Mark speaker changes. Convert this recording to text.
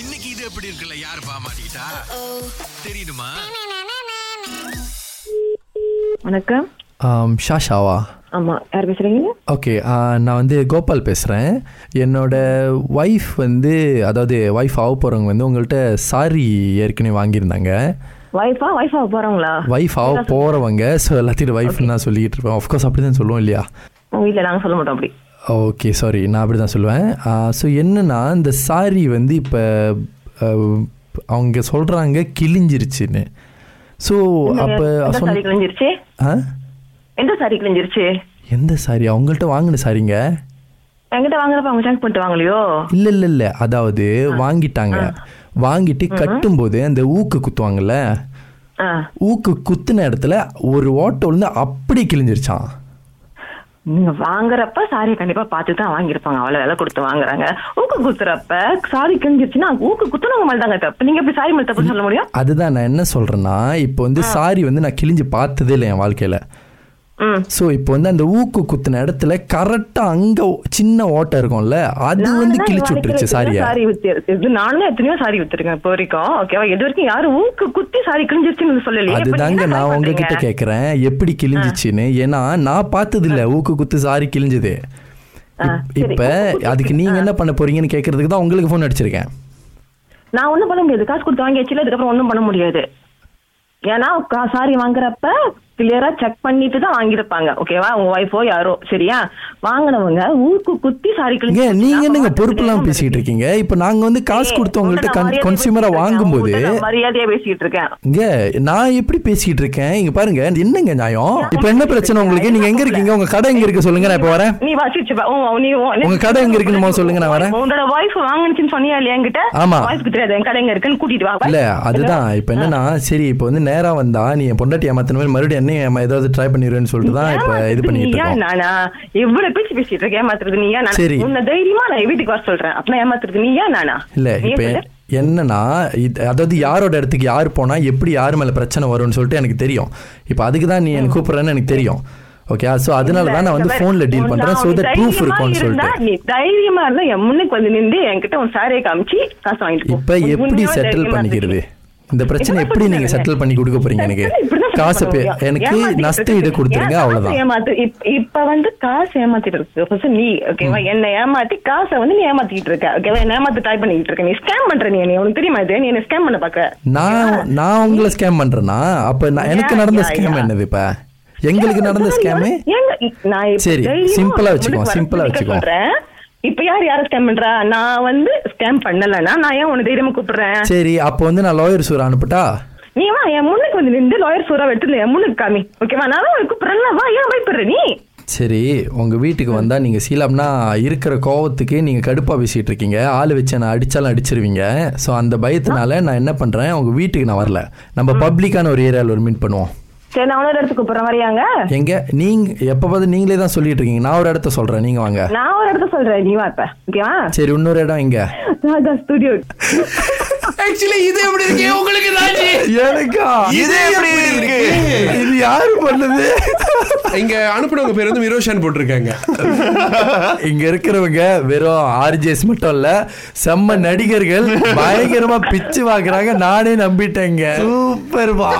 Speaker 1: இன்னைக்கு இது எப்படி இருக்குல்ல யார் பாமாட்டா தெரியுமா
Speaker 2: வணக்கம்
Speaker 3: ஆம், ஷாஷாவா
Speaker 2: ஆமா யார் பேசுறீங்க
Speaker 3: ஓகே ஆ, uh, நான் வந்து கோபால் பேசுகிறேன் என்னோட ஒய்ஃப் வந்து அதாவது ஒய்ஃப் ஆக போகிறவங்க வந்து உங்கள்கிட்ட சாரி ஏற்கனவே வாங்கியிருந்தாங்க
Speaker 2: வைஃபா வைஃபா போறோங்களா
Speaker 3: ஒய்ஃப் ஆக போகிறவங்க ஸோ எல்லாத்தையும் ஒய்ஃப்னு தான் சொல்லிக்கிட்டு இருப்பேன் ஆஃப்கோர்ஸ் அப்படி தான் சொல்லுவோம் இல்லையா
Speaker 2: உங்க வீட்ல நாங்க சொல்ல மாட்டோம் அப்படி
Speaker 3: ஓகே சாரி நான் அப்படி தான் சொல்லுவேன் ஸோ என்னன்னா இந்த சாரி வந்து இப்போ அவங்க சொல்கிறாங்க கிழிஞ்சிருச்சுன்னு ஸோ அப்போ
Speaker 2: எந்த
Speaker 3: சொன்ன
Speaker 2: சாரி கிழிஞ்சிருச்சு
Speaker 3: ஆ
Speaker 2: எந்த சாரி கிழிஞ்சிருச்சு
Speaker 3: எந்த சாரி அவங்கள்ட்ட வாங்கின சாரிங்க
Speaker 2: என்கிட்ட வாங்குறப்ப அவங்க சேங்க் பண்ணிட்டு வாங்கலையோ
Speaker 3: இல்ல இல்ல இல்ல அதாவது வாங்கிட்டாங்க வாங்கிட்டு கட்டும்போது அந்த ஊக்கு குத்துவாங்கல்ல
Speaker 2: ஆ
Speaker 3: ஊக்கு குத்துன இடத்துல ஒரு ஓட்டை விழுந்து அப்படி கிழிஞ்சிருச்சான்
Speaker 2: நீங்க வாங்குறப்ப சாரி கண்டிப்பா பார்த்து தான் வாங்கியிருப்பாங்க அவ்வளவு விலை கொடுத்து வாங்குறாங்க ஊக்கு குத்துறப்ப சாரி கிழிஞ்சிருச்சுன்னா ஊக்கு குத்துனவங்க மேல தாங்க தப்பு நீங்க எப்படி சாரி மேல தப்புன்னு சொல்ல முடியும்
Speaker 3: அதுதான் நான் என்ன சொல்றேன்னா இப்போ வந்து சாரி வந்து நான் கிழிஞ்சு பார்த்ததே இல்லை என் வாழ்க்கையில
Speaker 2: ம்
Speaker 3: ஸோ இப்போ வந்து அந்த ஊக்கு குத்துன இடத்துல கரெக்டா அங்க ஒ- சின்ன ஓட்டை இருக்கும்ல அது வந்து
Speaker 2: நானும்
Speaker 3: கிழிச்சு
Speaker 2: என்
Speaker 3: விட்டுருச்சு
Speaker 2: வாழ்க்கையில
Speaker 3: சாரியை
Speaker 2: எத்தனையோ சாரி வித்திருக்கு இது நானும் எத்தனையோ சாரி வித்திருக்கேன் இப்போ வரைக்கும் ஓகேவா இது வரைக்கும் யாரும் ஊக்கு குத்தி சாரி கிழிஞ்சிருச்சுன்னு சொல்லலையே இப்ப நீங்க
Speaker 3: அதுதாங்க
Speaker 2: என்ன
Speaker 3: நான்
Speaker 2: சாரி
Speaker 3: உங்ககிட்ட
Speaker 2: பண்றீங்க?
Speaker 3: கேட்குறேன் எப்படி கிழிஞ்சிச்சுன்னு ஏன்னா நான் பார்த்தது இல்லை ஊக்கு குத்து சாரி கிழிஞ்சது
Speaker 2: ஆ, சரி.
Speaker 3: இப்போ அதுக்கு நீங்கள் என்ன பண்ண போறீங்கன்னு கேட்கறதுக்கு தான் உங்களுக்கு ஃபோன் அடிச்சிருக்கேன்
Speaker 2: நான் ஒண்ணும் பண்ண முடியாது காசு கொடுத்து வாங்கியாச்சுல அதுக்கப்புறம் ஒண்ணும் பண்ண முடியாது ஏன்னா கா- சாரி வாங்குறப்ப கிளியரா செக் பண்ணிட்டு தான் வாங்கியிருப்பாங்க ஓகேவா உங்க ஒய்ஃபோ யாரோ சரியா வாங்கினவங்க ஊருக்கு குத்தி சாரி
Speaker 3: ஏங்க நீங்கள் என்னங்க பொறுப்பெல்லாம் பேசிக்கிட்டு இருக்கீங்க இப்போ நாங்கள் வந்து காசு கொடுத்து உங்கள்கிட்ட கன்சியூமராக வாங்கும்போது
Speaker 2: மரியாதையா பேசிட்டு இருக்கேன்
Speaker 3: இங்க நான் எப்படி பேசிக்கிட்டு இருக்கேன் இங்க பாருங்க என்னங்க நியாயம் இப்போ என்ன பிரச்சனை உங்களுக்கு நீங்க எங்க இருக்கீங்க உங்க கடை எங்க இருக்கு சொல்லுங்க நான் இப்போ வரேன்
Speaker 2: நீ வாசிச்சு பா- உன் நீ உன்
Speaker 3: உங்க கடை எங்க இருக்குன்னு முதல்ல சொல்லுங்க, நான் வரேன்.
Speaker 2: உன்னோட வாய்ஸ் வாங்குனுச்சுன்னு சொன்னியா இல்லையா என்கிட்ட
Speaker 3: ஆமா.
Speaker 2: வாய்ஸ்க்கு தெரியாது என் கடை எங்க இருக்குன்னு கூட்டிட்டு வா
Speaker 3: இல்ல அதுதான் இப்போ என்னன்னா சரி இப்போ வந்து நேரா வந்தா நீ என் பொண்டாட்டி ஏமாத்தின மாதிரி மறுபடியும் என்ன ஏமா ஏதாவது ட்ரை பண்ணிடுவேன்னு சொல்லிட்டு தான் இப்போ இது பண்ணிட்டு
Speaker 2: நீயா
Speaker 3: இருக்கோம்
Speaker 2: நானா எவ்வளவு பேச்சு பேசிட்டு இருக்க ஏமாத்துறது நீயா நானா
Speaker 3: சரி.
Speaker 2: உன்னை தைரியமா நான் வீட்டுக்கு வர சொல்றேன் அப்ப நான் ஏமாத்துறது நீயா நானா
Speaker 3: இல்ல
Speaker 2: நீயே
Speaker 3: இப்போ
Speaker 2: சொல்லு.
Speaker 3: என்னன்னா இது அதாவது யாரோட இடத்துக்கு யார் போனா எப்படி யார் மேல பிரச்சனை வரும்னு சொல்லிட்டு எனக்கு தெரியும் இப்போ அதுக்கு தான் நீ எனக்கு கூப்பிடுறேன்னு எனக்கு தெரியும் ஓகே ஸோ அதனால தான் நான் வந்து
Speaker 2: Hmm. இந்த மாதிரி
Speaker 3: ஃபோனில் டீல்
Speaker 2: உன்
Speaker 3: பண்றேன்
Speaker 2: நான்
Speaker 3: ஸோ தட் ப்ரூஃப்
Speaker 2: தைரியமா
Speaker 3: இருக்கும்னு
Speaker 2: இருந்தா,
Speaker 3: சொல்லிட்டு
Speaker 2: நீ தைரியமா இருந்தா என் முன்னுக்கு வந்து நின்று என்கிட்ட உன் சாரியை காமிச்சு காசு வாங்கிட்டு போ.
Speaker 3: இப்போ
Speaker 2: உன்
Speaker 3: எப்படி
Speaker 2: உண்மையாவே
Speaker 3: செட்டில்
Speaker 2: தைரியமா
Speaker 3: பண்ணிக்கிறது
Speaker 2: இருந்துச்சு.
Speaker 3: இந்த பிரச்சனை
Speaker 2: இப்படி
Speaker 3: எப்படி நீங்க
Speaker 2: சொல்லுங்க.
Speaker 3: செட்டில் பண்ணி கொடுக்க போறீங்க எனக்கு
Speaker 2: இப்படி- இப்படிதான்
Speaker 3: காசு பே-
Speaker 2: சொல்லுவாங்க.
Speaker 3: எனக்கு
Speaker 2: ஏமாத்திட்டு
Speaker 3: நஷ்டஈடு
Speaker 2: இருக்கு.
Speaker 3: கொடுத்துருங்க
Speaker 2: ஏன்
Speaker 3: அவ்வளவுதான்
Speaker 2: காசு ஏமாத்து- இப்- இப்ப வந்து காசு ஏமாத்திட்டு இருக்கு First நீ ஓகேவா என்ன ஏமாத்தி காசை வந்து நீ ஏமாத்திட்டு இருக்க ஓகேவா என்ன ஏமாத்து ட்ரை பண்ணிட்டு இருக்க நீ ஸ்கேம் பண்ற நீ என்னை. உனக்கு தெரியுமா இது நீ என்ன ஸ்கேம் பண்ண பாக்க
Speaker 3: நான் நான் உங்களை ஸ்கேம் பண்றேனா அப்ப நான் எனக்கு
Speaker 2: Yeah,
Speaker 3: நடந்த
Speaker 2: yeah,
Speaker 3: ஸ்கேம்
Speaker 2: yeah.
Speaker 3: என்னது இப்ப எங்களுக்கு நடந்த ஸ்கேமு
Speaker 2: ஏங்க, இ- நான் இப்ப
Speaker 3: சரி,
Speaker 2: தைரியமா
Speaker 3: simple ஆ
Speaker 2: உனக்கு
Speaker 3: வச்சுக்குவோம்,
Speaker 2: வர-
Speaker 3: simple ஆ
Speaker 2: உனக்கு
Speaker 3: வச்சுக்குவோம்.
Speaker 2: சொல்றேன். இப்ப யார் யார ஸ்கேம் பண்றா நான் வந்து ஸ்கேம் பண்ணலன்னா நான் ஏன் உன தைரியமா கூப்பிடுறேன்
Speaker 3: சரி அப்போ வந்து நான் லாயர் சூர் அனுப்பிட்டா
Speaker 2: நீ வா என் முன்னுக்கு வந்து நின்று லாயர் சூறா எடுத்துல என் முன்னுக்கு காமி ஓகேவா நான் உனக்கு கூப்பிடுறேன்ல வா ஏன் பயப்படுற நீ
Speaker 3: சரி உங்க வீட்டுக்கு வந்தா நீங்க சீலாம்னா இருக்கிற கோவத்துக்கு நீங்க கடுப்பா பேசிட்டு இருக்கீங்க ஆள் வச்சு நான் அடிச்சாலும் அடிச்சிருவீங்க ஸோ அந்த பயத்தினால நான் என்ன பண்றேன் உங்க வீட்டுக்கு நான் வரல நம்ம பப்ளிக்கான ஒரு ஏரியாவில் ஒரு மீட் பண்ணுவோம்
Speaker 2: சரி நான் உன்னோட இடத்துக்கு கூப்பிடுறேன் வரையாங்க
Speaker 3: எங்க நீங்க எப்ப பார்த்து நீங்களே தான் சொல்லிட்டு இருக்கீங்க நான் ஒரு இடத்த சொல்றேன் நீங்க வாங்க
Speaker 2: நான் ஒரு இடத்த சொல்றேன் நீ வா இப்ப ஓகேவா
Speaker 3: சரி இன்னொரு இடம் எங்க
Speaker 2: ராஜா ஸ்டுடியோ
Speaker 4: ஆக்சுவலி இது எப்படி இருக்கு உங்களுக்கு தான் ஜி.
Speaker 3: எனக்கா
Speaker 1: இது எப்படி இருக்கு
Speaker 3: இது யாரு பண்ணது
Speaker 4: இங்க அனுப்புனவங்க பேர் வந்து மிரோஷான் போட்டிருக்காங்க
Speaker 3: இங்க இருக்கிறவங்க வெறும் ஆர்ஜிஎஸ் மட்டும் இல்ல செம்ம நடிகர்கள் பயங்கரமா பிச்சு வாங்குறாங்க நானே நம்பிட்டேங்க சூப்பர்மா